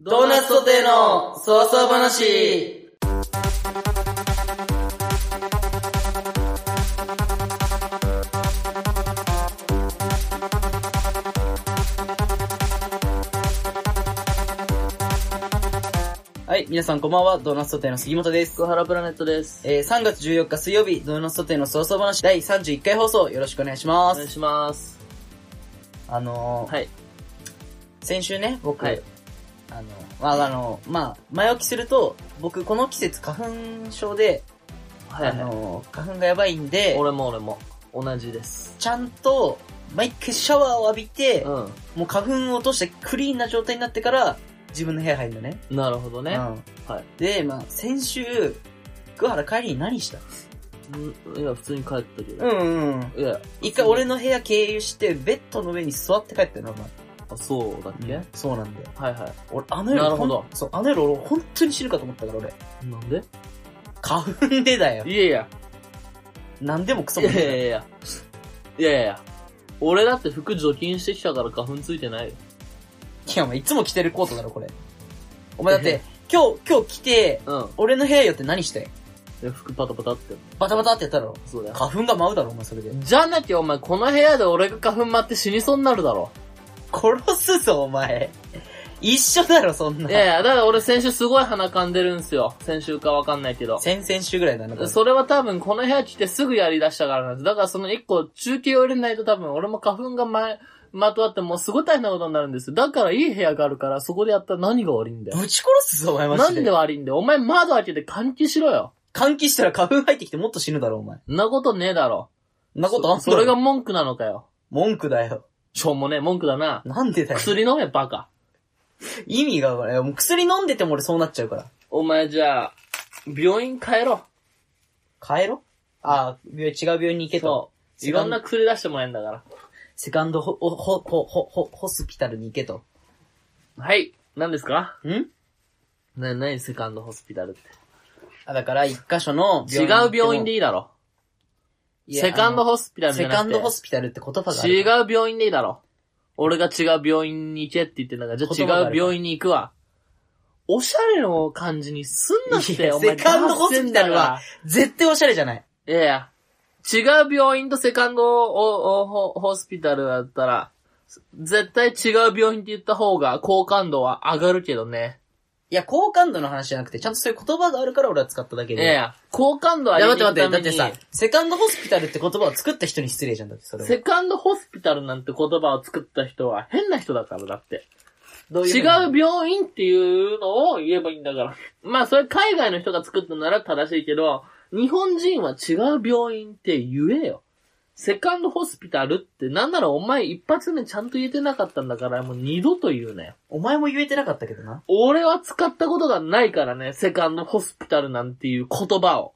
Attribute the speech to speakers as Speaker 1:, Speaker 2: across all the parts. Speaker 1: ドーナツトテのそうそう話はい、皆さんこんばんは、ドーナツトテの杉本です。
Speaker 2: 福原プラネットです。
Speaker 1: えー、3月14日水曜日、ドーナツトテのそうそう話第31回放送よろしくお願いし
Speaker 2: お
Speaker 1: ま
Speaker 2: 願い
Speaker 1: す。
Speaker 2: します。
Speaker 1: あのー、
Speaker 2: はい。
Speaker 1: 先週ね、僕、
Speaker 2: はい
Speaker 1: あの、まあ、あの、まあ、前置きすると、僕この季節花粉症で、
Speaker 2: は
Speaker 1: あ
Speaker 2: い、はい。
Speaker 1: の、花粉がやばいんで、
Speaker 2: 俺も俺も。同じです。
Speaker 1: ちゃんと、毎回シャワーを浴びて、
Speaker 2: う
Speaker 1: もう花粉を落としてクリーンな状態になってから、自分の部屋入るのね。
Speaker 2: ん。なるほどね。
Speaker 1: うん
Speaker 2: はい。
Speaker 1: で、まあ、先週、福原帰りに何した
Speaker 2: うん、いや、普通に帰ったけど。
Speaker 1: んうんうん。
Speaker 2: いや、
Speaker 1: 一回俺の部屋経由して、ベッドの上に座って帰ったの、お
Speaker 2: あ、そうだっけ、
Speaker 1: 前。そうなんだよ。
Speaker 2: はいは
Speaker 1: 俺、あの夜、
Speaker 2: なるほど
Speaker 1: んそう、あの夜俺、本当に死ぬかと思ったから、俺。
Speaker 2: い。なんで
Speaker 1: 花粉でだよ。
Speaker 2: いやいや、
Speaker 1: 何でもクソ
Speaker 2: い
Speaker 1: も
Speaker 2: や
Speaker 1: ん
Speaker 2: い
Speaker 1: だよ
Speaker 2: やいや。いやいやいや。俺だって服除菌してきたから花粉ついてないよ。
Speaker 1: いや、お前いつも着てるコートだろ、これ。お前だって、今日、今日着て、
Speaker 2: うん。
Speaker 1: 俺の部屋寄って何して
Speaker 2: いや、服パタパタって。
Speaker 1: バタバタってやったろ
Speaker 2: そうだよ。
Speaker 1: 花粉が舞うだろ、お前それで。
Speaker 2: じゃなきゃお前、この部屋で俺が花粉舞って死にそうになるだろ。
Speaker 1: 殺すぞ、お前。一緒だろ、そんな。
Speaker 2: いやいや、だから俺先週すごい鼻かんでるんすよ。先週かわかんないけど。
Speaker 1: 先々週ぐらいだな、これ
Speaker 2: それは多分この部屋来てすぐやり出したからなんです。だからその一個中継を入れないと多分俺も花粉が前、まとわってもうすごい大変なことになるんですよ。だからいい部屋があるからそこでやったら何が悪いんだよ。
Speaker 1: ぶち殺すぞ、お前マ
Speaker 2: な
Speaker 1: ジ
Speaker 2: ん
Speaker 1: で。
Speaker 2: で悪いんだよ。お前窓開けて換気しろよ。
Speaker 1: 換気したら花粉入ってきてもっと死ぬだろ、お前。
Speaker 2: んなことねえだろ。
Speaker 1: んなことあんの
Speaker 2: そそれが文句なのかよ。
Speaker 1: 文句だよ。
Speaker 2: しょうもねえ文句だな。
Speaker 1: なんでだよ。
Speaker 2: 薬飲めバカ。
Speaker 1: 意味がわからない、もう薬飲んでても俺そうなっちゃうから。
Speaker 2: お前じゃあ、病院帰ろ
Speaker 1: 帰ろああ、病違う病院に行け
Speaker 2: う。
Speaker 1: と
Speaker 2: そ。う。
Speaker 1: セ
Speaker 2: い
Speaker 1: カ
Speaker 2: ろ
Speaker 1: ン
Speaker 2: ん
Speaker 1: ド
Speaker 2: な薬出してもらえんだから。
Speaker 1: セカンドホ、ほ、ほ、ほ、ほ、ほ、ホスピタルに行けと。
Speaker 2: はい。何ですか
Speaker 1: ん
Speaker 2: な、なにセカンドホスピタルって。
Speaker 1: あ、だから、一箇所の
Speaker 2: 違う病院で
Speaker 1: い
Speaker 2: いいだろ。
Speaker 1: いや
Speaker 2: セカンドホスピタルじ
Speaker 1: セ
Speaker 2: ゃなくて
Speaker 1: カンドホスピタルって言葉がある。
Speaker 2: 違う病院でいいだろ。俺が違う病院に行けって言ってんだから、じ
Speaker 1: 言
Speaker 2: ゃ
Speaker 1: 葉があ
Speaker 2: あ
Speaker 1: る
Speaker 2: 違う病院に行くわ。おしゃれの感じにすんなっ
Speaker 1: い
Speaker 2: て、
Speaker 1: や
Speaker 2: お前。
Speaker 1: セカンドホスピタルは
Speaker 2: 出し
Speaker 1: 絶対オシャレじゃない。
Speaker 2: てんだから。いやいや。違う病院とセカンドおおホホスピタルだったら、絶対違う病院って言った方が好感度は上がるけどね。
Speaker 1: いや、好感度の話じゃなくて、ちゃんとそういう言葉があるから俺は使っただけ
Speaker 2: い
Speaker 1: で。
Speaker 2: やいや、好感度上
Speaker 1: いや
Speaker 2: げ
Speaker 1: 待
Speaker 2: て
Speaker 1: って待って、だっ
Speaker 2: めに
Speaker 1: てさ、セカンドホスピタルって言葉を作った人に失礼じゃんだって、それは。
Speaker 2: セカンドホスピタルなんて言葉を作った人は変な人だからだって。
Speaker 1: ど
Speaker 2: 違う
Speaker 1: 病
Speaker 2: 病院っていうのを言えばいいんだから。まあそれ海外の人が作ったなら正しいけど、日本人は違う病院って言えよ。セカンドホスピタルってなんならお前一発目ちゃんと言えてなかったんだからもう二度と言うなよ。
Speaker 1: お前も言えてなかったけどな。
Speaker 2: 俺は使ったことがないからね、セカンドホスピタルなんていう言葉を。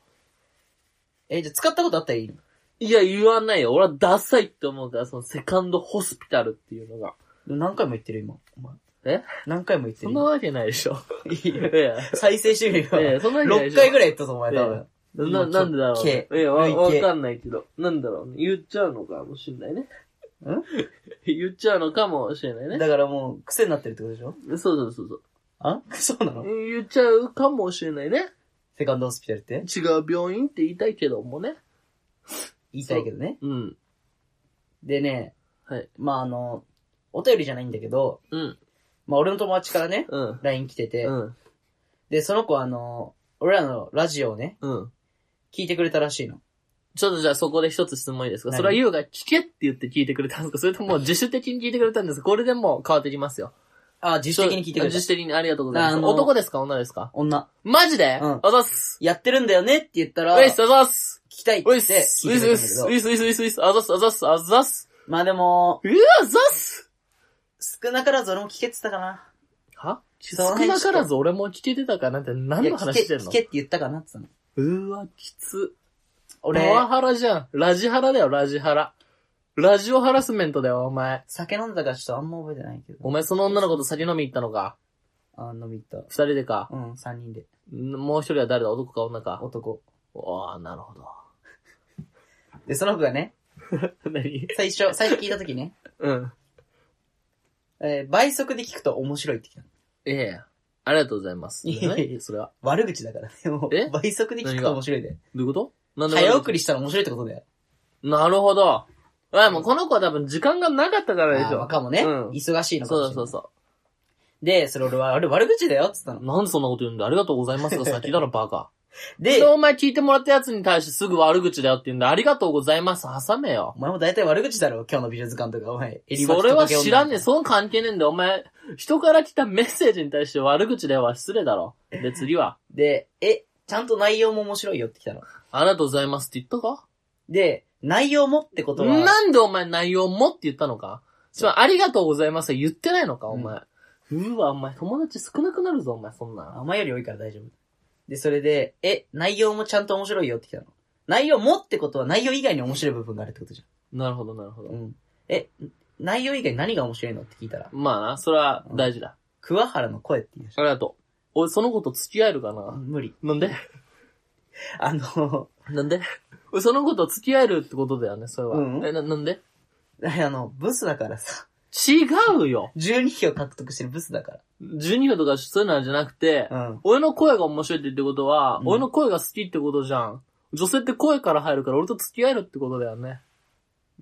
Speaker 1: え、じゃあ使ったことあったらいいの
Speaker 2: いや言わないよ。俺はダサいって思うから、そのセカンドホスピタルっていうのが。
Speaker 1: 何回も言ってる今。お前
Speaker 2: え
Speaker 1: 何回も言って
Speaker 2: そ
Speaker 1: る
Speaker 2: んな
Speaker 1: 今。
Speaker 2: わけないでしょ。
Speaker 1: いや
Speaker 2: いや
Speaker 1: 再生してみ
Speaker 2: い
Speaker 1: る
Speaker 2: や
Speaker 1: よ。
Speaker 2: そんなわけな
Speaker 1: 6
Speaker 2: いでしょ
Speaker 1: 回ぐらい言ったぞ、お前多分。
Speaker 2: な、なんでだろうね
Speaker 1: け。
Speaker 2: いや、わ、
Speaker 1: 累計
Speaker 2: わかんないけど。なんだろうね。言っちゃうのかもしんないね。
Speaker 1: ん
Speaker 2: 言っちゃうのかもしれないね。
Speaker 1: だからもう、癖になってるってことでしょ
Speaker 2: そうそうそうそう。
Speaker 1: あ そうなの
Speaker 2: 言っちゃうかもしれないね。
Speaker 1: セカンドホスピタルって
Speaker 2: 違う病院って言いたいけどもね。
Speaker 1: 言いたいけどね。
Speaker 2: うん。
Speaker 1: でね、
Speaker 2: はい。
Speaker 1: まああの、お便りじゃないんだけど、
Speaker 2: うん。
Speaker 1: まあ俺の友達からね、
Speaker 2: うん。
Speaker 1: LINE 来てて、
Speaker 2: うん。
Speaker 1: で、その子はあの、俺らのラジオをね、
Speaker 2: うん。
Speaker 1: 聞いてくれたらしいの。
Speaker 2: ちょっとじゃあそこで一つ質問いいですか
Speaker 1: 何
Speaker 2: それは優が聞けって言って聞いてくれたんですかそれとも自主的に聞いてくれたんですかこれでもう変わってきますよ。
Speaker 1: あ、自主的に聞いてくれた
Speaker 2: 自。主的にありがとうございま
Speaker 1: あ
Speaker 2: す。
Speaker 1: の
Speaker 2: 男ですか女ですか
Speaker 1: 女、
Speaker 2: マジで
Speaker 1: うん
Speaker 2: あざっす。
Speaker 1: やってるんだよねって言ったら、
Speaker 2: ういっ
Speaker 1: 聞
Speaker 2: す、あざっす。
Speaker 1: きたいって
Speaker 2: う
Speaker 1: 言
Speaker 2: いっ
Speaker 1: っ
Speaker 2: す、
Speaker 1: て聞いてく
Speaker 2: う
Speaker 1: れ
Speaker 2: いった
Speaker 1: け
Speaker 2: す、
Speaker 1: ど
Speaker 2: ういっ、す、ういっす、ういっす、ういっす、あざっす、あざっす、あざっす。
Speaker 1: まあでも、
Speaker 2: うわ、あざっす
Speaker 1: 少なからず俺も聞けてたかな。
Speaker 2: は
Speaker 1: その
Speaker 2: 少
Speaker 1: 辺
Speaker 2: なからず俺も聞けてたかなんて何の話してん
Speaker 1: いや聞け、聞け
Speaker 2: の
Speaker 1: って言ったかなって言ったの。
Speaker 2: うわ、きつ。パ
Speaker 1: 俺、
Speaker 2: ワハラじゃん。ラジハラだよ、ラジハラ。ラジオハラスメントだよ、お前。
Speaker 1: 酒飲んだからちょっとあんま覚えてないけ
Speaker 2: お
Speaker 1: ど。
Speaker 2: 前その女の子と酒飲み行ったのか
Speaker 1: あ、飲み行っ
Speaker 2: 二人でか
Speaker 1: た。うん、三人で。
Speaker 2: んもう一人は誰だ男か女か
Speaker 1: 男。
Speaker 2: おー、なるほど。
Speaker 1: で、その子がね、
Speaker 2: 何
Speaker 1: 最初、最初聞いた時ね、
Speaker 2: うん。
Speaker 1: えー倍速で聞くと面白いって聞いたの。
Speaker 2: ええ。ありがとうございます。
Speaker 1: いやいやいや
Speaker 2: それは。
Speaker 1: 悪口だからね。も
Speaker 2: え
Speaker 1: う倍速で聞くと面白いね。
Speaker 2: どういうことなん
Speaker 1: 早送りしたら面白いってことだよ。
Speaker 2: なるほど。あ、もうこの子は多分時間がなかったからでし
Speaker 1: あ
Speaker 2: ょ
Speaker 1: あ、。かもね。
Speaker 2: うん
Speaker 1: 忙しいのか
Speaker 2: そ
Speaker 1: もしれな
Speaker 2: うだ
Speaker 1: い。
Speaker 2: そうそう。
Speaker 1: で、それ俺は、あれ悪口だよっつったの。
Speaker 2: なんでそんなこと言うんだありがとうござい ますが先だろ、バカ。
Speaker 1: で
Speaker 2: で、、お前聞いてもらったやつに対してすぐ悪口だよって言うんだ。ありがとうございます。挟めよ。
Speaker 1: お前も大体悪口だろ、今日の美術館とか、お前。襟巻
Speaker 2: そ
Speaker 1: きと
Speaker 2: れは
Speaker 1: かけ女
Speaker 2: 知らんねえ。その関係ねえんだよ。お前、人から来たメッセージに対して悪口だよは失礼だ ろ。で、次は。
Speaker 1: で、え、ちゃんと内容も面白いよって来たの。
Speaker 2: ありがとうございますって言ったか
Speaker 1: で、内容もってことは、
Speaker 2: なんでお前内容もって言ったのかつまり、ありがとうございますは言ってないのか、お前。うーわ、お前友達少なくなるぞ、お前、そんなん。
Speaker 1: あ前より多いから大丈夫。で、それで、え、内容もちゃんと面白いよって来たの。内容もってことは内容以外に面白い部分があるってことじ
Speaker 2: なるほど、なるほ
Speaker 1: ゃん。
Speaker 2: ど
Speaker 1: う。ん。え、内容以外に何が面白いのって聞いたら、
Speaker 2: まあな、それは大事だ。
Speaker 1: 桑原の声って言いまし
Speaker 2: ありがとう。俺、その子と付き合えるか
Speaker 1: た。
Speaker 2: な
Speaker 1: 無理。
Speaker 2: なんで
Speaker 1: あの、
Speaker 2: なんで俺、その子と付き合えるってことだよね、それは。
Speaker 1: うん
Speaker 2: え、な、なんで
Speaker 1: あの、ブスだからさ、
Speaker 2: 違うよ
Speaker 1: 12票獲得してるブスだか
Speaker 2: !12 票とかそういうのじゃなくて、
Speaker 1: ら。うん。
Speaker 2: 俺の声が面白いって言ってことは、
Speaker 1: うん
Speaker 2: 俺の声が好きってことじゃん。女性って声から入るから俺と付き合えるってことだよね。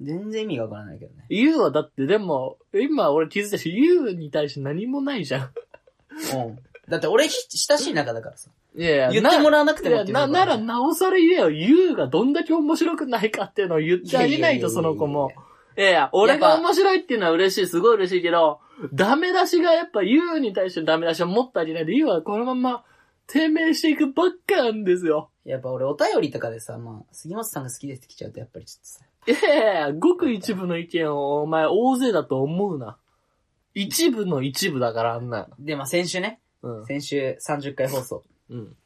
Speaker 1: 全然意味がわからないけどね。
Speaker 2: ユウはだってでも、今俺気づいたし、ユウに対して何もないじゃん。
Speaker 1: うん。だって俺ひ、親しい仲だからさ。
Speaker 2: いやいや、
Speaker 1: 言っても
Speaker 2: ら
Speaker 1: らわなくて
Speaker 2: い
Speaker 1: も
Speaker 2: や
Speaker 1: っていう
Speaker 2: な、
Speaker 1: ところ
Speaker 2: ならなおさら言えよ。ユウがどんだけ面白くないかっていうのを言ってあげないと、その子も。。いやいや、俺が面白いっていうのは嬉しい、すごい嬉しいけど、ダメ出しがやっぱユウに対してのダメ出しを持ってあげないで、ユウはこのまま低迷していくばっかなんですよ。
Speaker 1: やっぱ俺お便りとかでさ、まあ、杉本さんが好きですって来ちゃうとやっぱりちょっとさ、
Speaker 2: いやいや、ごく一部の意見をお前大勢だと思うな。一部の一部だからあんな。
Speaker 1: で、まあ先週ね、
Speaker 2: うん。
Speaker 1: 先週30回放送。
Speaker 2: うん。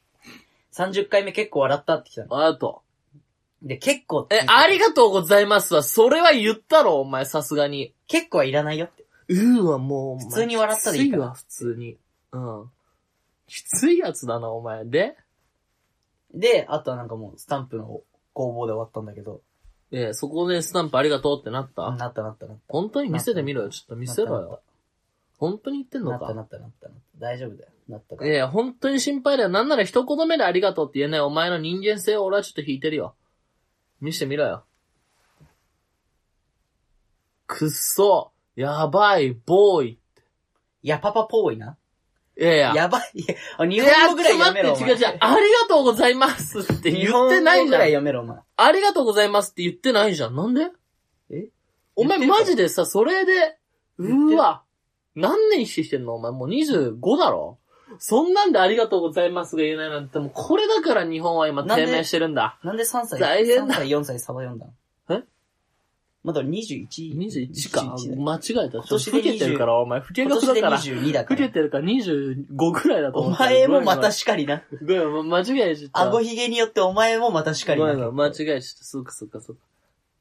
Speaker 1: 30回目結構笑ったって来たの。
Speaker 2: ありがとう。
Speaker 1: で、結構って
Speaker 2: え、ありがとうございますは、それは言ったろ、お前、さすがに。
Speaker 1: 結構はいらないよって。
Speaker 2: うーわ、もう、お前
Speaker 1: 普通に笑ったでいいから
Speaker 2: きついわ、普通に。うん。きついやつだな、お前。で
Speaker 1: で、あとはなんかもうスタンプの工房で終わったんだけど、
Speaker 2: えそこでスタンプありがとうってなった、
Speaker 1: なったなったなった。
Speaker 2: 本当に見せてみろよ、ちょっと見せろよ。本当に言ってん
Speaker 1: な
Speaker 2: の
Speaker 1: ったな
Speaker 2: か。
Speaker 1: ったなったなったなった。大丈夫だよ。なったから。
Speaker 2: ええ、本当に心配だよ。なんなら一言目でありがとうって言えないお前の人間性を俺はちょっと引いてるよ。見してみろよ。くっそ、やばい、ボーイ。
Speaker 1: やぱぱぽいな。
Speaker 2: いやいや。
Speaker 1: やばい。いやあ日
Speaker 2: い
Speaker 1: 本
Speaker 2: や、
Speaker 1: 語ぐらいやめろ。
Speaker 2: ちょっと待って、違う違う。ありがとうございますって言ってない
Speaker 1: 日本語
Speaker 2: じ
Speaker 1: ぐ
Speaker 2: ゃ
Speaker 1: らい
Speaker 2: ん。
Speaker 1: やめろ、お前。
Speaker 2: ありがとうございますって言ってないじゃん。なんで
Speaker 1: え
Speaker 2: お
Speaker 1: 言
Speaker 2: 前
Speaker 1: ってる
Speaker 2: マジでさ、それで、
Speaker 1: 言って
Speaker 2: う
Speaker 1: る
Speaker 2: わ。何年してきてんのお前もう25だろそんなんでありがとうございますが言えないなんて、もうこれだから日本は今
Speaker 1: なんで
Speaker 2: 低迷してるんだ。
Speaker 1: なんで3歳、
Speaker 2: 大変
Speaker 1: 3
Speaker 2: だ
Speaker 1: 歳、4歳、サバ読んだの
Speaker 2: え
Speaker 1: まだ 21?
Speaker 2: 21か。
Speaker 1: 21だよ
Speaker 2: 間違えた。
Speaker 1: 今年で
Speaker 2: 老けてるから、お前。老け
Speaker 1: 今
Speaker 2: がち
Speaker 1: 年
Speaker 2: だ
Speaker 1: で
Speaker 2: から。
Speaker 1: 22だ
Speaker 2: 老
Speaker 1: か
Speaker 2: け
Speaker 1: ら。
Speaker 2: てるから25くらいだと
Speaker 1: お
Speaker 2: 思う。
Speaker 1: 前もまた
Speaker 2: し、
Speaker 1: しかりな。
Speaker 2: ごめんごめん間違えちゃった。
Speaker 1: 顎ひげによってお前もまたしかり
Speaker 2: ご
Speaker 1: な
Speaker 2: めん。ごめん間違えちゃった。そうかそうかそうか。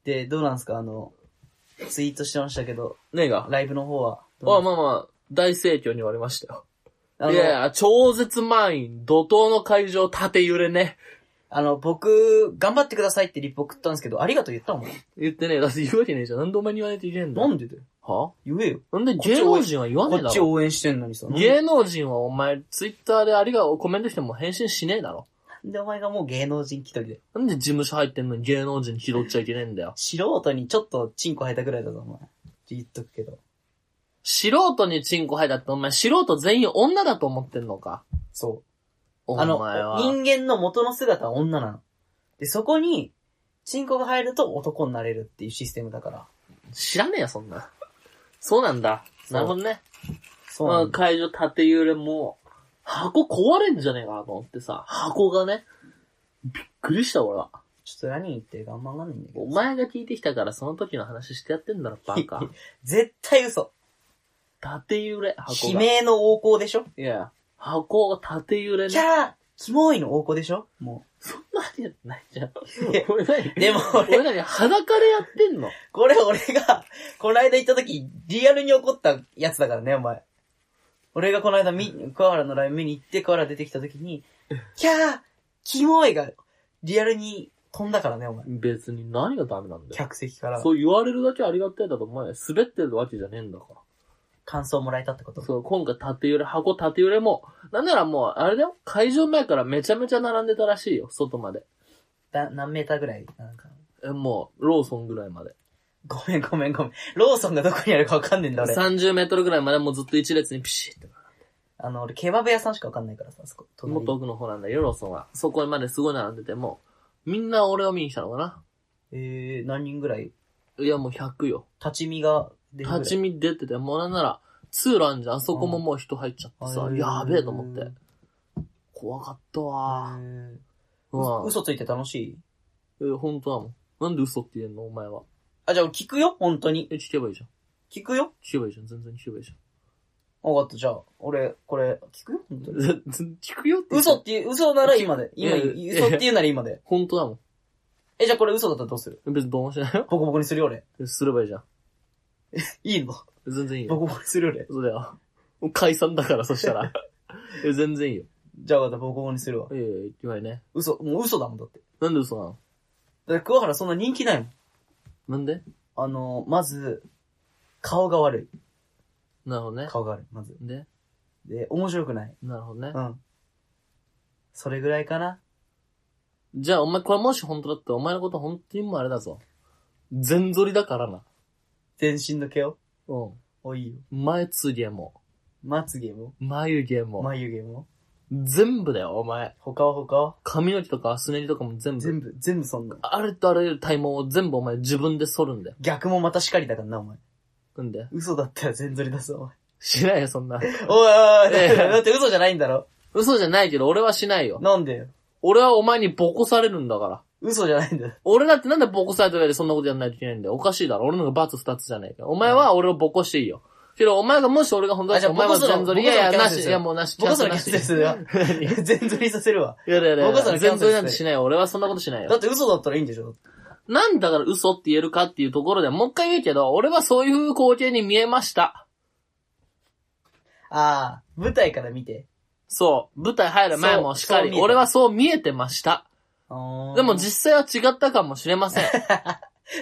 Speaker 1: で、どうなんすかあの、ツイートしてましたけど、
Speaker 2: ねえが。
Speaker 1: ライブの方はど
Speaker 2: あ
Speaker 1: うなんす
Speaker 2: まあまあ、大盛況に終わりましたよ。
Speaker 1: か。あ
Speaker 2: い
Speaker 1: の
Speaker 2: やいや、超絶満員、怒涛の会場、縦揺れね。
Speaker 1: あの、僕、頑張ってくださいってリップ送ったんですけど、ありがとう言ったもん。
Speaker 2: 言ってねえ。だって言うわけねえじゃん。なんでお前に言わないといけん
Speaker 1: な
Speaker 2: の
Speaker 1: んでだよ。
Speaker 2: は
Speaker 1: 言えよ。
Speaker 2: なんで芸能人は言わ
Speaker 1: こ
Speaker 2: ねえ
Speaker 1: っ
Speaker 2: だ
Speaker 1: ち
Speaker 2: ろ
Speaker 1: 応援してんのにさ。なんで
Speaker 2: 芸能人はお前、ツイッターでありがとうコメントしても返信しねえだろ。
Speaker 1: なんでお前がもう芸能人気取りで。。
Speaker 2: なんで事務所入ってんのに芸能人拾っちゃいけねえんだよ
Speaker 1: 素人にちょっとチンコ生えたぐらいだぞ、お前。言っとくけど。
Speaker 2: 素人にチンコ入ったってお前素人全員女だと思ってんのか。
Speaker 1: そう。
Speaker 2: お
Speaker 1: あ
Speaker 2: 前
Speaker 1: の
Speaker 2: は。、
Speaker 1: 人間の元の姿は女なの。で、そこに、チンコが入ると男になれるっていうシステムだから。
Speaker 2: 知らねえよ、そんな。そうなんだ。
Speaker 1: そう
Speaker 2: なるほどね。
Speaker 1: そう
Speaker 2: ま
Speaker 1: な
Speaker 2: あ、
Speaker 1: んだ。
Speaker 2: 会場縦揺れも、箱壊れんじゃねえかなと思ってさ、箱がね、びっくりした俺は。
Speaker 1: ちょっと何言ってるかあんまわかんないんだけ
Speaker 2: お
Speaker 1: ど。
Speaker 2: 前が聞いてきたからその時の話してやってんだろ、 バカ。
Speaker 1: 絶対嘘。
Speaker 2: 縦揺れ、箱
Speaker 1: 悲
Speaker 2: が。
Speaker 1: 鳴の横行でしょ
Speaker 2: いや、箱が縦揺れ
Speaker 1: キャ
Speaker 2: ね。
Speaker 1: ーキモいの横行でしょも
Speaker 2: そんなわけないじゃん。
Speaker 1: え
Speaker 2: 俺何
Speaker 1: う。でも俺、
Speaker 2: 俺何裸でやってんの
Speaker 1: これ俺が、この間行った時、リアルに怒ったやつだからね、お前。俺がこの間み、桑原のライブ見に行って、桑原出てきた時に、キャーキモいが、リアルに飛んだからね、お前。
Speaker 2: 別に何がダメなんだよ。
Speaker 1: 客席から。
Speaker 2: そう言われるだけありがたいだと思え。滑ってるわけじゃねえんだから。
Speaker 1: 感想もらえたってこと
Speaker 2: そう、今回縦揺れ、箱縦揺れも、なんならもう、あれだよ。会場前からめちゃめちゃ並んでたらしいよ。外まで。
Speaker 1: だ何メーターぐらいなんか。
Speaker 2: えもう、ローソンぐらいまで。
Speaker 1: ごめんごめんごめん。ローソンがどこにあるかわかんねえんだ俺。
Speaker 2: 30メートルぐらいまでもうずっと一列にピシッと。
Speaker 1: あの、俺ケバブ屋さんしかわかんないからさ、そこ。
Speaker 2: もっと
Speaker 1: 隣。
Speaker 2: 奥の方なんだよ、ローソンは。そこまですごい並んでても、みんな俺を見に来たのかな
Speaker 1: えー、何人ぐらい
Speaker 2: いや、もう100よ。
Speaker 1: 立ち見が出るぐらい
Speaker 2: 立ち見出てて、もうなんなら、通路あんじゃん。あそこももう人入っちゃってさ、
Speaker 1: うん
Speaker 2: やべえと思って。怖かったわ
Speaker 1: え
Speaker 2: う
Speaker 1: ー
Speaker 2: わ
Speaker 1: 嘘ついて楽しい
Speaker 2: え、本当だもん。なんで嘘って言えんのお前は。
Speaker 1: あ、じゃあ俺聞くよ本当に。
Speaker 2: え、聞けばいいじゃん。
Speaker 1: 聞くよ
Speaker 2: 聞けばいいじゃん。全然聞けばいいじゃ
Speaker 1: わかった、じゃあ、俺、これ、聞くよ本当に。
Speaker 2: ん。 聞くよって言って
Speaker 1: 嘘っていう、嘘なら今で。今、
Speaker 2: いや
Speaker 1: 嘘って言うなら今で。
Speaker 2: 本当だも
Speaker 1: え、じゃあこれ嘘だったらどうする
Speaker 2: ん。別にどうもしないよ。
Speaker 1: ボコボコにするよ俺。
Speaker 2: すればいいじゃん。
Speaker 1: いいの
Speaker 2: 全然いい
Speaker 1: ボ
Speaker 2: よ。
Speaker 1: コボコにするよ俺。
Speaker 2: そうだよ。もう解散だから、そした ら。え、全然いいよ。
Speaker 1: じゃあわかった、ボコボコにするわ。
Speaker 2: ええ、言ってないね。
Speaker 1: 嘘、もう嘘だもんだって。
Speaker 2: なんで嘘なの
Speaker 1: だって桑原そんな人気ないもん。
Speaker 2: なんで
Speaker 1: あの、まず、顔が悪い。
Speaker 2: なるほどね。
Speaker 1: 顔が悪い、まず。
Speaker 2: で
Speaker 1: で、面白くない。
Speaker 2: なるほどね
Speaker 1: う。ん。それぐらいかな。
Speaker 2: じゃあ、お前、これもし本当だったら、お前のこと本当にもうあれだぞ。全反りだからな。
Speaker 1: 全身の毛を。
Speaker 2: うん。
Speaker 1: お、いいよ。
Speaker 2: 前つげも、
Speaker 1: まつげも、
Speaker 2: 眉毛も、
Speaker 1: 眉毛も、
Speaker 2: 全部だよ、お前。
Speaker 1: 他は他は
Speaker 2: 髪の毛とか、すねりとかも全部。
Speaker 1: 全部、全部そんな。
Speaker 2: あれとあらゆる体毛を全部お前自分で剃るんだよ。
Speaker 1: 逆もまたしかりだからな、お前。
Speaker 2: なんで
Speaker 1: 嘘だったら全剃りだぞ、
Speaker 2: しないよ、そんな。
Speaker 1: お前。おいおいおい、
Speaker 2: ええ
Speaker 1: だって嘘じゃないんだろ。
Speaker 2: 嘘じゃないけど、俺はしないよ。
Speaker 1: なんでよ。
Speaker 2: 俺はお前にボコされるんだから。
Speaker 1: 嘘じゃないんだよ。
Speaker 2: 俺だってなんでボコされた上でそんなことやんないといけないんだよ。おかしいだろ。俺の方が罰二つじゃねえか。お前は俺をボコしていいよ。けど、お前がもし俺が本当だった
Speaker 1: あ
Speaker 2: ら、お
Speaker 1: じゃあ
Speaker 2: 前
Speaker 1: ボコ
Speaker 2: は
Speaker 1: するの
Speaker 2: 全
Speaker 1: ボコす
Speaker 2: 然、い
Speaker 1: るの
Speaker 2: やい
Speaker 1: キャ
Speaker 2: や、
Speaker 1: ン
Speaker 2: な
Speaker 1: セルす
Speaker 2: し、
Speaker 1: る
Speaker 2: いやもうなし、
Speaker 1: 僕はそ
Speaker 2: キ
Speaker 1: れ
Speaker 2: ャ
Speaker 1: キャ
Speaker 2: ン
Speaker 1: ン
Speaker 2: セ
Speaker 1: セ
Speaker 2: ル
Speaker 1: ル
Speaker 2: なし
Speaker 1: するわ。 全剃りさせるわ。
Speaker 2: いやだやだや
Speaker 1: 僕はそれ
Speaker 2: だ。
Speaker 1: キャン
Speaker 2: 全
Speaker 1: セルして
Speaker 2: 然なんてしないよ。俺はそんなことしない
Speaker 1: だ
Speaker 2: よ。
Speaker 1: って嘘だったらいいんでしょ
Speaker 2: なんだから嘘って言えるかっていうところでもう一回言うけど、俺はそういう光景に見えました。
Speaker 1: ああ、舞台から見て。
Speaker 2: そう。舞台入る前もしっか
Speaker 1: そうそう見え
Speaker 2: り、
Speaker 1: た
Speaker 2: 俺はそう見えてました。
Speaker 1: で
Speaker 2: でも実際は違ったかもしれません。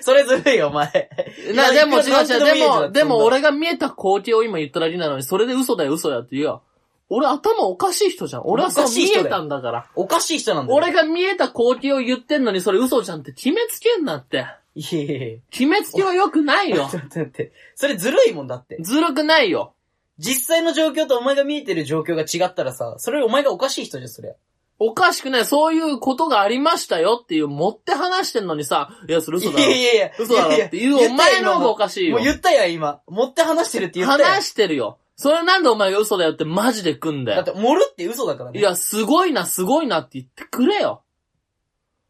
Speaker 1: それずるいよ、お前。
Speaker 2: な、でも
Speaker 1: い
Speaker 2: 違
Speaker 1: や
Speaker 2: う
Speaker 1: いくら
Speaker 2: 違う。で
Speaker 1: なん
Speaker 2: も、
Speaker 1: でもい
Speaker 2: で
Speaker 1: いじゃん
Speaker 2: も俺が見えた光景を今言っただけなのに、それで嘘だよ嘘だよって言うよ。俺頭おかしい人じゃん。俺はそう
Speaker 1: おかしい
Speaker 2: 見
Speaker 1: 人だよ
Speaker 2: えたんだから。
Speaker 1: おかしい人なんだよ。
Speaker 2: 俺が見えた光景を言ってんのにそれ嘘じゃんって決めつけんなって。
Speaker 1: いえいえい
Speaker 2: 決めつけは良くない
Speaker 1: え。
Speaker 2: よ
Speaker 1: 待。って待って。それずるいもんだって。
Speaker 2: ずるくないよ。
Speaker 1: 実際の状況とお前が見えてる状況が違ったらさ、それお前がおかしい人じゃん、そりゃ。
Speaker 2: おかしくない、そういうことがありましたよっていう、持って話してんのにさ、いや、それ嘘だ
Speaker 1: いや
Speaker 2: ろ。
Speaker 1: いやいや。
Speaker 2: 嘘だろ
Speaker 1: いやいや
Speaker 2: ってい
Speaker 1: 言
Speaker 2: う
Speaker 1: ったよ
Speaker 2: お前の方がおかしいよ
Speaker 1: もう言ったやん、今。持って話してるって言ったやん。
Speaker 2: 話してるよ。それなんでお前が嘘だよってマジで組んだ
Speaker 1: だっ
Speaker 2: よ
Speaker 1: て、。盛るって嘘だからね。
Speaker 2: い、や、すごいな、すごいなって言ってくれよ。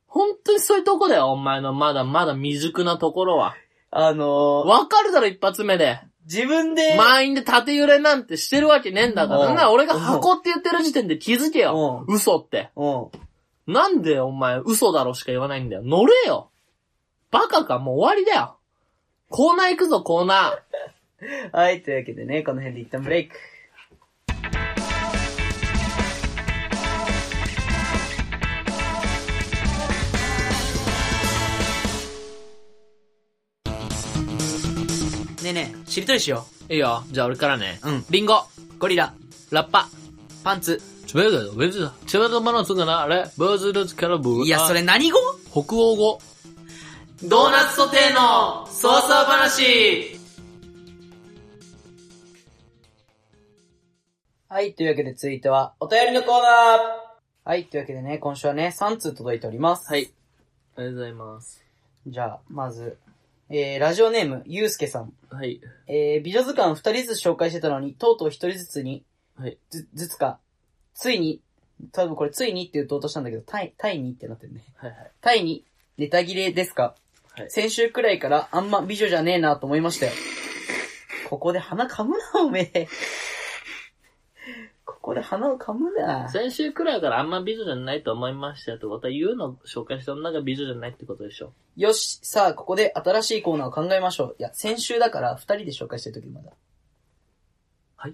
Speaker 2: 本当にそういうとこだよ、お前のまだまだ未熟なところは。
Speaker 1: あのー、
Speaker 2: わかるだろ、一発目で。
Speaker 1: 自分で、
Speaker 2: 満員で縦揺れなんてしてるわけねえんだか
Speaker 1: うん
Speaker 2: ら。なんなら俺が箱って言ってる時点で気づけよ。嘘って。
Speaker 1: うん。
Speaker 2: なんでお前嘘だろしか言わないんだよ。乗れよバカか、もう終わりだよコーナー行くぞ、コーナ
Speaker 1: はい、というわけでね、この辺で一旦ブレイク。ねえねえ、しりとりしよ
Speaker 2: ー。いいよ、じゃあ俺からね。
Speaker 1: う。うん。
Speaker 2: リンゴ、
Speaker 1: ゴリラ、
Speaker 2: ラッパ、
Speaker 1: パンツ。
Speaker 2: チベルだよ、ベルだ。チベルマナスがな、あれ、ブーズルツからブー。
Speaker 1: いや、そ。れ何語
Speaker 2: 北欧語。
Speaker 1: ドーナツソテーの
Speaker 2: 操作話
Speaker 1: はい、というわけで続いては、お便りのコーナーはい、というわけでね、今週はね、3通届いております。
Speaker 2: はい。ありがとうございます。
Speaker 1: じゃあ、まず、えー、ラジオネーム、ゆうすけさん。
Speaker 2: はい。
Speaker 1: えー、美女図鑑二人ずつ紹介してたのに、とうとう一人ずつに、
Speaker 2: はい。
Speaker 1: ず、ずつか、ついに、多分これついにって言おうとしたんだけど、タイ、タイにってなってるね。
Speaker 2: はいはい。
Speaker 1: タイに、ネタ切れですか、
Speaker 2: はい
Speaker 1: 先週くらいからあんま美女じゃねえなと思いましたよ。ここで鼻噛むな、おめえ。ここで鼻を噛むな。
Speaker 2: 先週くらいからあんま美女じゃないと思いましたよってことは言うの紹介した女が美女じゃないってことでしょ。
Speaker 1: よし、さあ、ここで新しいコーナーを考えましょう。いや、先週だから、二人で紹介してる時まだ。
Speaker 2: はい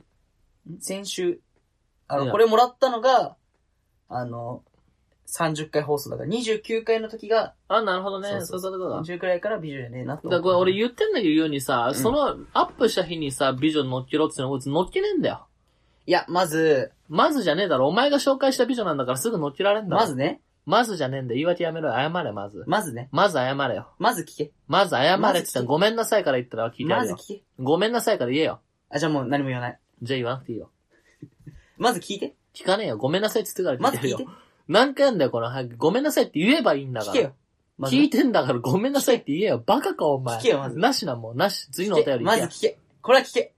Speaker 1: ん先週、あ
Speaker 2: い
Speaker 1: の、
Speaker 2: や
Speaker 1: これもらったのが、あの、30回放送だから、29回の時が、
Speaker 2: あ、なるほどね。
Speaker 1: そ
Speaker 2: そうう
Speaker 1: そ
Speaker 2: そうう
Speaker 1: そ
Speaker 2: そうだ。
Speaker 1: 30くらいから美女じゃねえなと
Speaker 2: だからこれ俺
Speaker 1: う。
Speaker 2: 言ってんだけど言うにさ、
Speaker 1: ん
Speaker 2: そのアップした日にさ、美女乗っけろって言うのこいつ乗っけねえんだよ。
Speaker 1: いや、まず、
Speaker 2: まずじゃねえだろ。お前が紹介した美女なんだからすぐ乗っけられんだろ。
Speaker 1: まず。ね。
Speaker 2: まずじゃねえんだよ。言い訳やめろよ。謝れ、まず。
Speaker 1: まずね。
Speaker 2: まず謝れよ。
Speaker 1: まず聞け。
Speaker 2: まず謝れって言った
Speaker 1: まず聞
Speaker 2: ら
Speaker 1: け
Speaker 2: ごめんなさいから言ったら聞いてや
Speaker 1: ま
Speaker 2: る
Speaker 1: ず
Speaker 2: よ。
Speaker 1: 聞け。
Speaker 2: ごめんなさいから言えよ。
Speaker 1: あ、じゃあもう何も言わない。
Speaker 2: じゃあ言わなくていいよ。
Speaker 1: まず聞いて。
Speaker 2: 聞かねえよ。ごめんなさいって言ってから
Speaker 1: ま
Speaker 2: 聞
Speaker 1: ず
Speaker 2: いて
Speaker 1: 聞
Speaker 2: る
Speaker 1: い
Speaker 2: よ。
Speaker 1: て。
Speaker 2: 何回やんだよ、この早く。ごめんなさいって言えばいいんだから。
Speaker 1: 聞けよ。まず
Speaker 2: 聞いてんだからごめんなさいって言えよ。バカか、お前。
Speaker 1: 聞けよまず
Speaker 2: なしな、もう。なし。次のお
Speaker 1: 聞
Speaker 2: 便
Speaker 1: け。
Speaker 2: り
Speaker 1: まず
Speaker 2: 行け
Speaker 1: 聞け。これは聞け。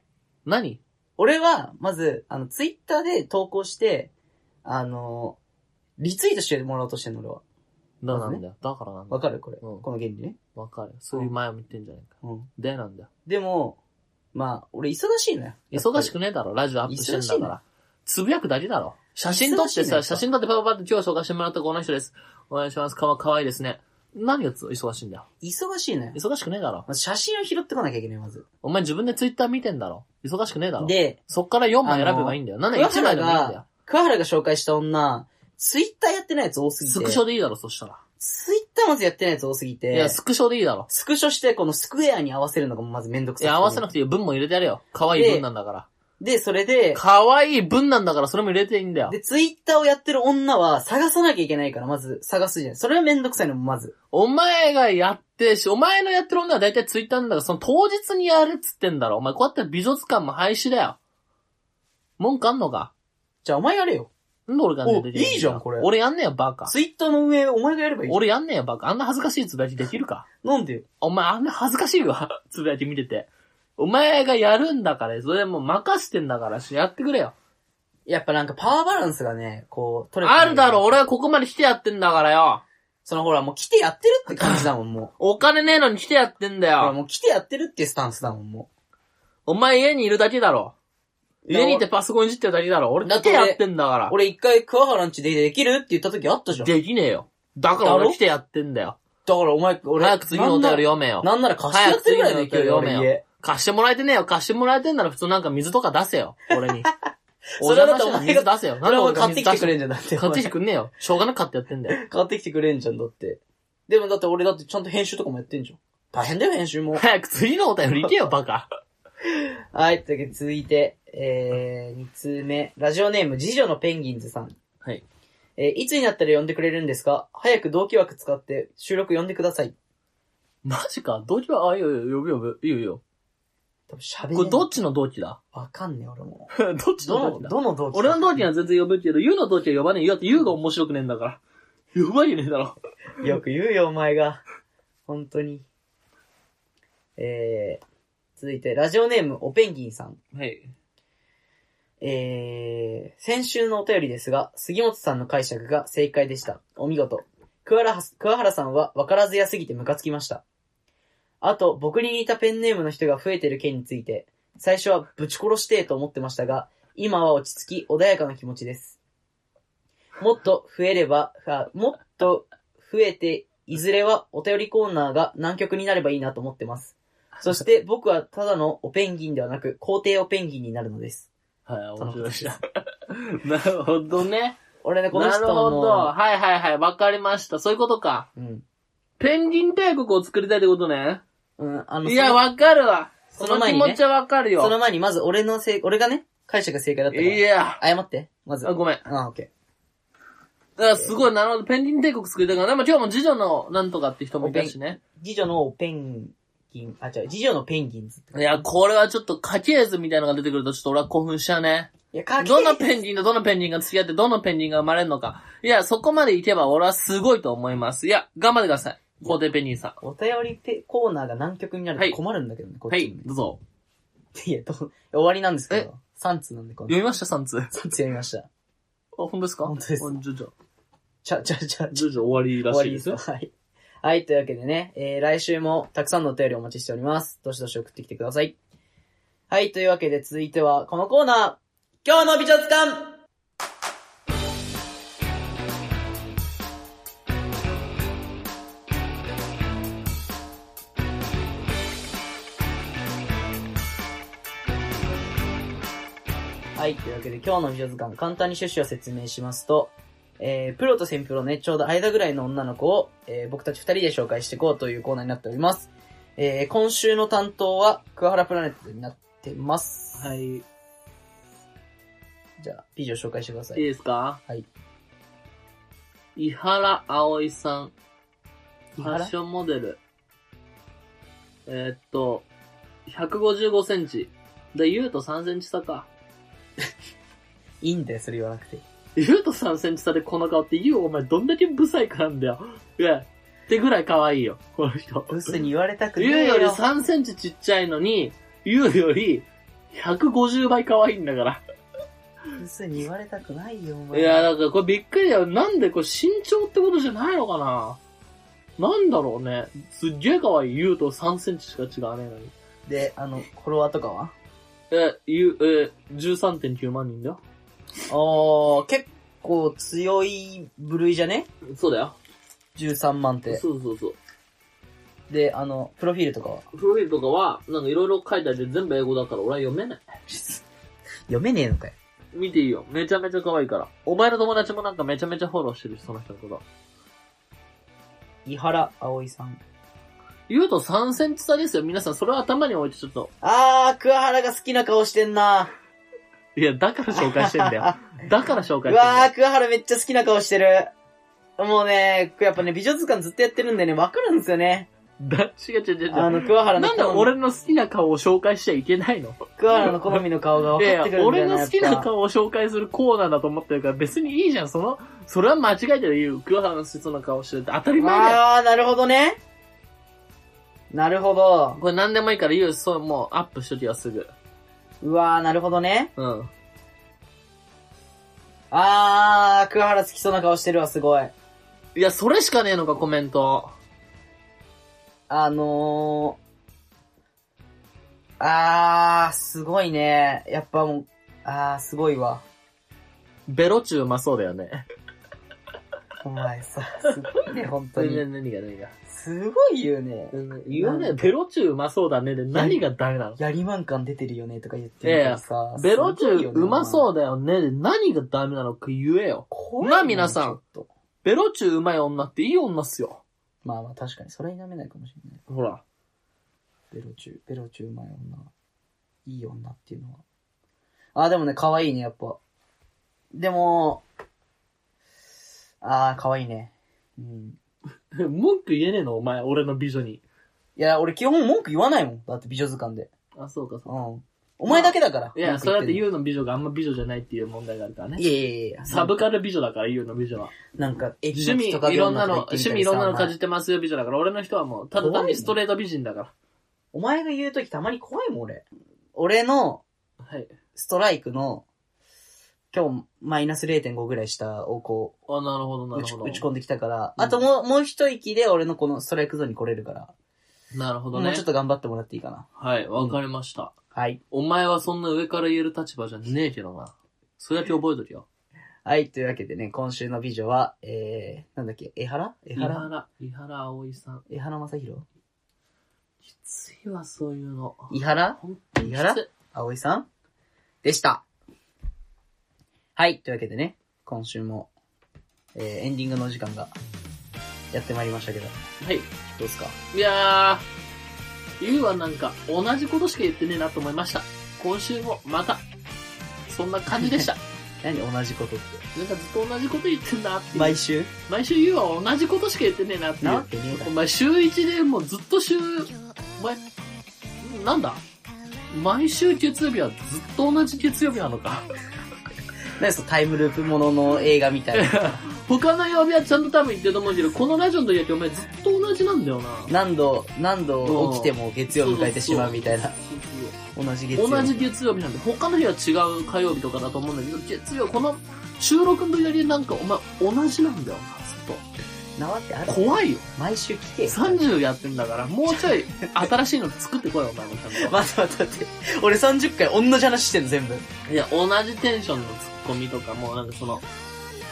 Speaker 2: 何
Speaker 1: 俺は、まず、あの、ツイッターで投稿して、あの、リツイートしてもらおうとしてんの、俺は。
Speaker 2: どうなんだよ。だからなんだ
Speaker 1: わか
Speaker 2: よ。
Speaker 1: るこれ、
Speaker 2: うん
Speaker 1: この原理ね。
Speaker 2: わかる。そういう前も言ってんじゃないか。
Speaker 1: うん。
Speaker 2: で、なんだよ。
Speaker 1: でも、まあ、俺忙しいのよ。
Speaker 2: 忙し
Speaker 1: く
Speaker 2: くねえだろ、ラジオアップしてんだ
Speaker 1: 忙しい
Speaker 2: か
Speaker 1: ね
Speaker 2: ら。つぶやくだけだろ。写真撮って
Speaker 1: 忙しいねや
Speaker 2: さ、
Speaker 1: っぱ
Speaker 2: 写真撮ってパパパって今日紹介してもらったこの人です。お願いします。かわ、かわいいですね。何がつ忙しいんだよ。
Speaker 1: 忙しいのよ。
Speaker 2: 忙しくねえだろ。
Speaker 1: まず写真を拾ってこなきゃいけない、まず。
Speaker 2: お前自分でツイッター見てんだろ。忙しくねえだろ。
Speaker 1: で、
Speaker 2: そっから4枚選べばいいんだよ。なんだ1枚でもいいんだよ。
Speaker 1: 桑原が紹介した女、ツイッターやってないやつ多すぎて。
Speaker 2: スクショでいいだろ、そしたら。
Speaker 1: ツイッターまずやってないやつ多すぎて。
Speaker 2: いや、スクショでいいだろ。
Speaker 1: スクショして、このスクエアに合わせるのがまずめんどくさ
Speaker 2: い
Speaker 1: い。
Speaker 2: や、合わせなくていいよ。文も入れてやれよ。可愛い文なんだから。
Speaker 1: で、それで、
Speaker 2: 可愛い文なんだから、それも入れていいんだよ。
Speaker 1: で、ツイッターをやってる女は探さなきゃいけないから、まず探すじゃない。それはめんどくさいの、まず。
Speaker 2: お前がやってし、お前のやってる女は大体ツイッターなんだから、その当日にやるっつってんだろ。お前、こうやって美術館も廃止だよ。文句あんのか
Speaker 1: じゃあお前やれよ。
Speaker 2: なんで俺がやんねえ
Speaker 1: お
Speaker 2: できねえだよ
Speaker 1: いいじゃんこれ
Speaker 2: 俺やんねえよ、バカ。
Speaker 1: ツイッターの運営、お前がやればいいじゃん。
Speaker 2: 俺やんねえよ、バカ。あんな恥ずかしいつぶやきできるか。
Speaker 1: なんでよ。
Speaker 2: お前、あんな恥ずかしいわ。 つぶやき見てて。お前がやるんだから、それもう任せてんだからし、やってくれよ。
Speaker 1: やっぱなんかパワーバランスがね、こう、取れてない
Speaker 2: あるだろ、。俺はここまで来てやってんだからよ。
Speaker 1: そのほら、もう来てやってるって感じだもん、 もう。
Speaker 2: お金ねえのに来てやってんだ
Speaker 1: ほら、
Speaker 2: よ。
Speaker 1: もう来てやってるっていうスタンスだもん、も
Speaker 2: お前家にいるだけだろ。
Speaker 1: いや
Speaker 2: 家にいてパソコンいじってるだけだろ。俺
Speaker 1: だ
Speaker 2: 来
Speaker 1: って
Speaker 2: て
Speaker 1: 俺
Speaker 2: やってんだから
Speaker 1: う。。俺一回桑原んちでできるって言った時あったじゃん。だか
Speaker 2: できねえよ。だから
Speaker 1: だ
Speaker 2: 俺
Speaker 1: ろ
Speaker 2: 来てやってんだよ。
Speaker 1: らお前、俺、
Speaker 2: 早く次のお便り読めよ。
Speaker 1: なんなら貸してや
Speaker 2: 早
Speaker 1: っ
Speaker 2: く
Speaker 1: てる
Speaker 2: 次
Speaker 1: ぐ
Speaker 2: の
Speaker 1: ら
Speaker 2: お
Speaker 1: いの
Speaker 2: 便り
Speaker 1: 勢いよ、
Speaker 2: 読め
Speaker 1: 俺
Speaker 2: よ
Speaker 1: 家。。
Speaker 2: 貸してもらえてねえよ。貸してもらえてんなら普通なんか水とか出 せよ。俺 に。
Speaker 1: それだってお
Speaker 2: な
Speaker 1: 前が
Speaker 2: 水出せよ。な
Speaker 1: それ
Speaker 2: んで
Speaker 1: は
Speaker 2: 俺が
Speaker 1: 買っ
Speaker 2: 水
Speaker 1: てき
Speaker 2: 出して
Speaker 1: くれんじゃん、だって。
Speaker 2: 買ってきてくんねえよ。しょうがなく買ってやってんだよ。
Speaker 1: 買ってきてくれんじゃん、だって。でもだって俺だってちゃんと編集とかもやってんじゃん。大変だよ、編集も。
Speaker 2: 早く次のお便り行けよ、バカ。
Speaker 1: はい、というわけで続いて、えー、二通目。ラジオネーム、次女のペンギンズさん。
Speaker 2: はい。
Speaker 1: えー、いつになったら呼んでくれるんですか早く同期枠使って収録呼んでください。
Speaker 2: マジか。同期は、あ、いいよ、呼ぶ呼ぶ。いいよ、いいよ。
Speaker 1: 多分喋れ
Speaker 2: これど
Speaker 1: ない
Speaker 2: っちの同期だ
Speaker 1: わかんねえ、俺も。
Speaker 2: どっちの同
Speaker 1: ど
Speaker 2: 期
Speaker 1: の、
Speaker 2: だ
Speaker 1: どの同期
Speaker 2: 俺の同期
Speaker 1: や
Speaker 2: は全然呼ぶけど、ユウの同期は呼ばねえよ。だってユウが面白くねえんだから。呼ばねえだろ。
Speaker 1: よく言うよ、お前が。本当に。えー、続いて、ラジオネーム、おペンギンさん。
Speaker 2: はい。
Speaker 1: えー、先週のお便りですが、杉本さんの解釈が正解でした。お見事。桑原は桑原さんは分からずやすぎてムカつきました。あと、僕に似たペンネームの人が増えてる件について、最初はぶち殺してえと思ってましたが、今は落ち着き穏やかな気持ちです。もっと増えれば、あもっと増えて、いずれはお便りコーナーが南極になればいいなと思ってます。そして僕はただのおペンギンではなく、皇帝おペンギンになるのです。
Speaker 2: はい、面白いじゃん。 なるほどね。
Speaker 1: 俺ね、この
Speaker 2: な
Speaker 1: 人
Speaker 2: る
Speaker 1: はも
Speaker 2: ほ
Speaker 1: う
Speaker 2: ど。はいはいはい、わかりました。そういうことか。
Speaker 1: うん。
Speaker 2: ペンギン帝国を作りたいってことね。
Speaker 1: うん、あの、
Speaker 2: いや、
Speaker 1: その
Speaker 2: わかるわ。
Speaker 1: そ
Speaker 2: そ
Speaker 1: の
Speaker 2: の
Speaker 1: 前
Speaker 2: 気
Speaker 1: にね
Speaker 2: 持ちはわかる
Speaker 1: その
Speaker 2: よ。
Speaker 1: 前に、まず俺のせい、俺がね、解釈が正解だったか
Speaker 2: いや。
Speaker 1: ら。謝って、まず。
Speaker 2: あごめん。
Speaker 1: あ、オッケ
Speaker 2: あすごい、なるほど。ペンギン帝国作りたいから。でも今日も次女のなんとかって人もいたしね。
Speaker 1: ー。次女のペンギン、あ、違う、次女のペンギンズって。
Speaker 2: いや、これはちょっと家系図みたいなのが出てくるとちょっと俺は興奮しちゃうね。
Speaker 1: いや、かっけ
Speaker 2: どの
Speaker 1: ー
Speaker 2: ペンギンとどのペンギンが付き合ってどのペンギンが生まれるのか。いや、そこまでいけば俺はすごいと思います。いや、頑張ってください。皇帝ペンギンさん。
Speaker 1: お便りペコーナーが南極になる
Speaker 2: はい
Speaker 1: と困るんだけどね、こっ
Speaker 2: は
Speaker 1: ち
Speaker 2: い
Speaker 1: もね。、
Speaker 2: どうぞ。
Speaker 1: いや、どう終わりなんですけど。3通なんで、この
Speaker 2: 読みました、3通。あ、
Speaker 1: 3通読みました。
Speaker 2: 本当ですか
Speaker 1: 本当です
Speaker 2: あじゃあじゃあ
Speaker 1: ちゃ、ちゃ、ちゃ、
Speaker 2: 徐々終わりら
Speaker 1: 終
Speaker 2: し
Speaker 1: わ
Speaker 2: い
Speaker 1: り
Speaker 2: で
Speaker 1: ですす
Speaker 2: よ
Speaker 1: よ。。はい。はい、というわけでね、えー、来週もたくさんのお便りお待ちしております。どしどし送ってきてください。はい、というわけで続いてはこのコーナー、今日の美術館はい、というわけで今日の美術館、簡単に趣旨を説明しますと、えー、プロとセミプロね、ちょうど間ぐらいの女の子を、えー僕たち二人で紹介していこうというコーナーになっております。えー、今週の担当は、桑原プラネットになってます。
Speaker 2: はい。
Speaker 1: じゃあ、美女紹介してくださ
Speaker 2: いい
Speaker 1: い。
Speaker 2: ですか
Speaker 1: はい。
Speaker 2: 伊原葵さん。フ
Speaker 1: 伊
Speaker 2: ァ
Speaker 1: 原
Speaker 2: ッションモデル。えーっと、155センチ。で、ゆうと3センチ差か。
Speaker 1: いいんだよ、それ言わなくて。
Speaker 2: ゆうと3センチ差でこの顔って、ゆうお前どんだけブサイクなんだよ。いや、ってぐらい可愛いよ、この人。
Speaker 1: ブスに言われたくね
Speaker 2: ゆう
Speaker 1: えよ。
Speaker 2: より3センチちっちゃいのに、ゆうより150倍可愛いんだから。
Speaker 1: ブスに言われたくないよ、お
Speaker 2: い
Speaker 1: 前。
Speaker 2: や、だからこれびっくりだよ。なんでこれ身長ってことじゃないのかななんだろうね。すっげえ可愛い。ゆうと3センチしか違わねえのに。
Speaker 1: で、あの、フォロワーとかは
Speaker 2: え、ゆう、え、13.9万人だよ。
Speaker 1: ああ、結構強い部類じゃね
Speaker 2: そうだよ。
Speaker 1: ?13 万って。
Speaker 2: そうそうそう。
Speaker 1: で、あの、プロフィールとかは
Speaker 2: プロフィールとかは、なんかいろいろ書いてあるけど全部英語だから俺は読めない。
Speaker 1: 読めねえのかよ。
Speaker 2: 見ていいよ。めちゃめちゃ可愛いから。お前の友達もなんかめちゃめちゃフォローしてるし、その人のこと。
Speaker 1: 伊原葵さん。
Speaker 2: ゆうと3センチ差ですよ。皆さんそれは頭に置いてちょっと。
Speaker 1: あー、桑原が好きな顔してんな。
Speaker 2: いや、だから紹介してんだ よ。だから紹
Speaker 1: う
Speaker 2: 介してんだ
Speaker 1: わー、。
Speaker 2: よ
Speaker 1: 桑原めっちゃ好きな顔してる。もうね、やっぱね、美女図鑑ずっとやってるんでね、わかるんですよね。
Speaker 2: だ、違う違う違う違う。
Speaker 1: あの、桑原の
Speaker 2: なんで
Speaker 1: 好み
Speaker 2: 俺の好きな顔を紹介しちゃいけないの
Speaker 1: 桑原の好みの顔が
Speaker 2: い
Speaker 1: 分か
Speaker 2: や
Speaker 1: って
Speaker 2: い
Speaker 1: くるん
Speaker 2: や、
Speaker 1: だ
Speaker 2: 俺
Speaker 1: よ
Speaker 2: の
Speaker 1: な、
Speaker 2: 好きな
Speaker 1: やっぱ
Speaker 2: 顔を紹介するコーナーだと思ってるから別にいいじゃん。その、それは間違えてるよ。桑原の好きそうな顔してるって当たり前だよ。
Speaker 1: あー、なるほどね。なるほど。
Speaker 2: これ何でもいいから、ゆう、そう、もうアップしときはすぐ。
Speaker 1: うわー、なるほどね。
Speaker 2: うん。
Speaker 1: あー、桑原好きそうな顔してるわ、すごい。
Speaker 2: いや、それしかねえのか、コメント。
Speaker 1: あのー、あー、すごいね。やっぱもう、あー、すごいわ。
Speaker 2: ベロチュうまそうだよね。
Speaker 1: お前さ、すごいね、本 当
Speaker 2: ね
Speaker 1: に。
Speaker 2: 何が何が。
Speaker 1: すごいよね。
Speaker 2: 言わね
Speaker 1: なん
Speaker 2: ベロチュうまそうだねで何がダメなの
Speaker 1: やりまん感出てるよね、とか言ってるけどさ。
Speaker 2: ベロチュうま
Speaker 1: う。
Speaker 2: そうだよねで何がダメなのか言えよ。
Speaker 1: 怖い
Speaker 2: な
Speaker 1: な、
Speaker 2: 皆さん
Speaker 1: ちょっと。
Speaker 2: ベロチュうまい女っていい女っすよ。
Speaker 1: まあまあ確かに、それは否めないかもしれない。
Speaker 2: ほら。
Speaker 1: ベロチュ、ベロチュうまい女。いい女っていうのは。あー、でもね、可愛いね、やっぱ。でも、あー、可愛いね。うん。
Speaker 2: 文句言えねえのお前、俺の美女に。
Speaker 1: いや、俺基本文句言わないもん。だって美女図鑑で。
Speaker 2: あ、そうか、
Speaker 1: うん。お前だけだから。
Speaker 2: いや、
Speaker 1: 文
Speaker 2: そ
Speaker 1: 句
Speaker 2: れ
Speaker 1: 言
Speaker 2: だって
Speaker 1: んの
Speaker 2: ユウの美女があんま美女じゃないっていう問題があるからね。
Speaker 1: いやいやいや。
Speaker 2: サブカル美女だから、ユウの美女は。
Speaker 1: なんか、エビ
Speaker 2: 趣
Speaker 1: の
Speaker 2: 味
Speaker 1: 木とか
Speaker 2: いろんなの、
Speaker 1: ゲ
Speaker 2: 趣
Speaker 1: ーム
Speaker 2: 味い
Speaker 1: と
Speaker 2: ろんなの
Speaker 1: か言ってみたりさ
Speaker 2: かじってますよ美女だから、俺の人はもう、ただ単にストレート美人だから。
Speaker 1: お前お前が言うときたまに怖いもん、俺。俺の
Speaker 2: はい。
Speaker 1: ストライクの、今日マイナス0.5ぐらい下をこ
Speaker 2: あ、なるほど、
Speaker 1: う、
Speaker 2: な
Speaker 1: 打
Speaker 2: る
Speaker 1: ち
Speaker 2: ほど。
Speaker 1: 打ち込んできたから、
Speaker 2: うん
Speaker 1: あともう、もう一息で俺のこのストライクゾーンに来れるから、
Speaker 2: なるほど
Speaker 1: も
Speaker 2: ね
Speaker 1: うちょっ。と頑張ってもらっていいかな。
Speaker 2: はい、わかりました。
Speaker 1: はい。
Speaker 2: お前はそんな上から言える立場じゃねえけどな。それだけ覚えとけよ。
Speaker 1: はい、というわけでね、今週の美女は、えー、なんだっけ、江原江
Speaker 2: 伊
Speaker 1: 原
Speaker 2: 原、伊原葵さん。
Speaker 1: 江原正宏
Speaker 2: きついわ、そういうの。
Speaker 1: 伊原
Speaker 2: ほんとに
Speaker 1: 伊
Speaker 2: きつい
Speaker 1: 原葵さんでした。はい。というわけでね、今週も、えー、エンディングのお時間がやってまいりましたけど、ど
Speaker 2: はい。
Speaker 1: うですか
Speaker 2: いやー、ゆうはなんか同じことしか言ってねえなと思いました。今週もまた、そんな感じで した。
Speaker 1: 何同じことって。
Speaker 2: なんかずっと同じこと言ってんなっていう。
Speaker 1: 毎週
Speaker 2: 毎週ゆうは同じことしか言ってねえなってい
Speaker 1: なわ
Speaker 2: う。
Speaker 1: けねえだ
Speaker 2: お
Speaker 1: ろ
Speaker 2: 前週一でもうずっと週、お前、なんだ毎週月曜日はずっと同じ月曜日なのか。
Speaker 1: 何そのタイムループものの映画みたい な。
Speaker 2: 他の曜日はちゃんと多分言ってると思うけど、このラジオの時だけお前ずっと同じなんだよな。
Speaker 1: 何度、何度起きても月曜迎えてしまうみたいな
Speaker 2: そう。そうそうそう
Speaker 1: 同じ月曜。
Speaker 2: 同じ月曜日なんで、他の日は違う火曜日とかだと思うんだけど、月曜、この収録の時だけなんかお前同じなんだよな、
Speaker 1: なわけあ
Speaker 2: ず
Speaker 1: る
Speaker 2: っと。怖いよ。
Speaker 1: 毎週来てよ。
Speaker 2: 30やってんだから、もうち ょい新しいの作ってこいよ、お前もちゃんと。
Speaker 1: 待って待って待って。俺30回同じ話してんの全部。
Speaker 2: いや、同じテンションのツッコミとか、もうなんかその、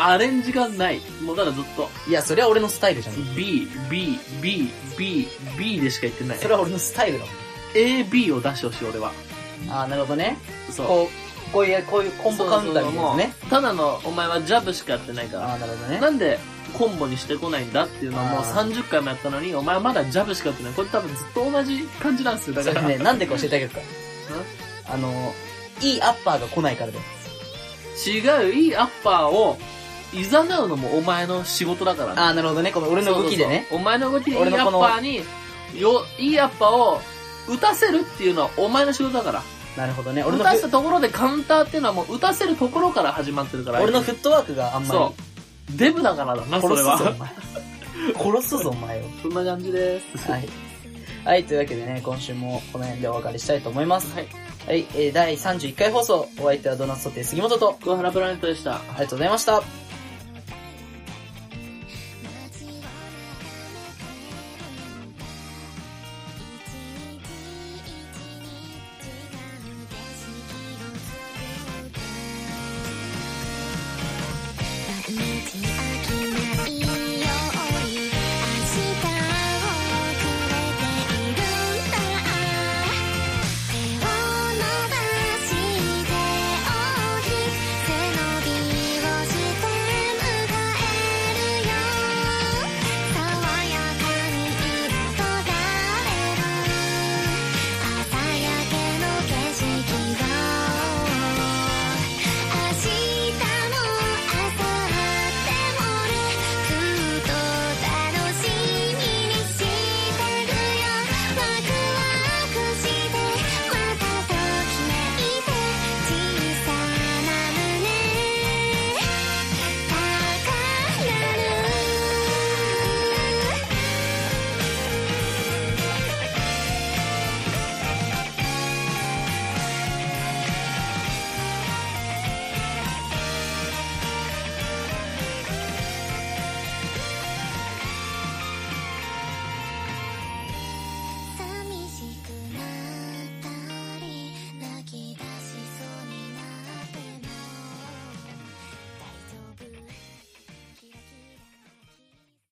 Speaker 2: アレンジがない。もうだからずっと、
Speaker 1: いや、それは俺のスタイルじゃん。
Speaker 2: B、B、B、B、B でしか言ってない
Speaker 1: そ。れは俺のスタイルだもん。
Speaker 2: A、B を出してほしい、俺は。
Speaker 1: あー、なるほどね。
Speaker 2: そう。
Speaker 1: こう、こういう、こういうコンボカウンターみたいなね。
Speaker 2: ただの、お前はジャブしかやってないから。
Speaker 1: ああ、なるほどね。
Speaker 2: なんでコンボにしてこないんだっていうのはもう30回もやったのに、お前まだジャブしかやってない。これ多分ずっと同じ感じなんですよ。だ
Speaker 1: そ
Speaker 2: か
Speaker 1: れ
Speaker 2: ら。
Speaker 1: ね、なんでか教えてあげるから。あの、いいアッパーが来ないからだよ。
Speaker 2: 違う、いいアッパーを、誘うのもお前の仕事だからね。
Speaker 1: ああ、なるほどね。この俺の動きでね。
Speaker 2: そうそうそうお前の動きでいいア
Speaker 1: 俺の
Speaker 2: ッ
Speaker 1: この
Speaker 2: パーに、よ、いいアッパーを、打たせるっていうのはお前の仕事だから。
Speaker 1: なるほどね。俺
Speaker 2: 打
Speaker 1: の
Speaker 2: たせ
Speaker 1: ふ
Speaker 2: たところでカウンターっていうのはもう打たせるところから始まってるから。
Speaker 1: 俺のフットワークがあんま
Speaker 2: そう。デブだからだな、
Speaker 1: り。
Speaker 2: そ
Speaker 1: 殺
Speaker 2: れ
Speaker 1: す
Speaker 2: は
Speaker 1: ぞ、。お前。殺すぞ、お 前を。
Speaker 2: そんな感じです。
Speaker 1: はい。はい、というわけでね、今週もこの辺でお別れしたいと思います。
Speaker 2: はい。
Speaker 1: はい、えー、第31回放送、お相手はドーナツソテー杉本と、
Speaker 2: 桑原プラネットでした。
Speaker 1: ありがとうございました。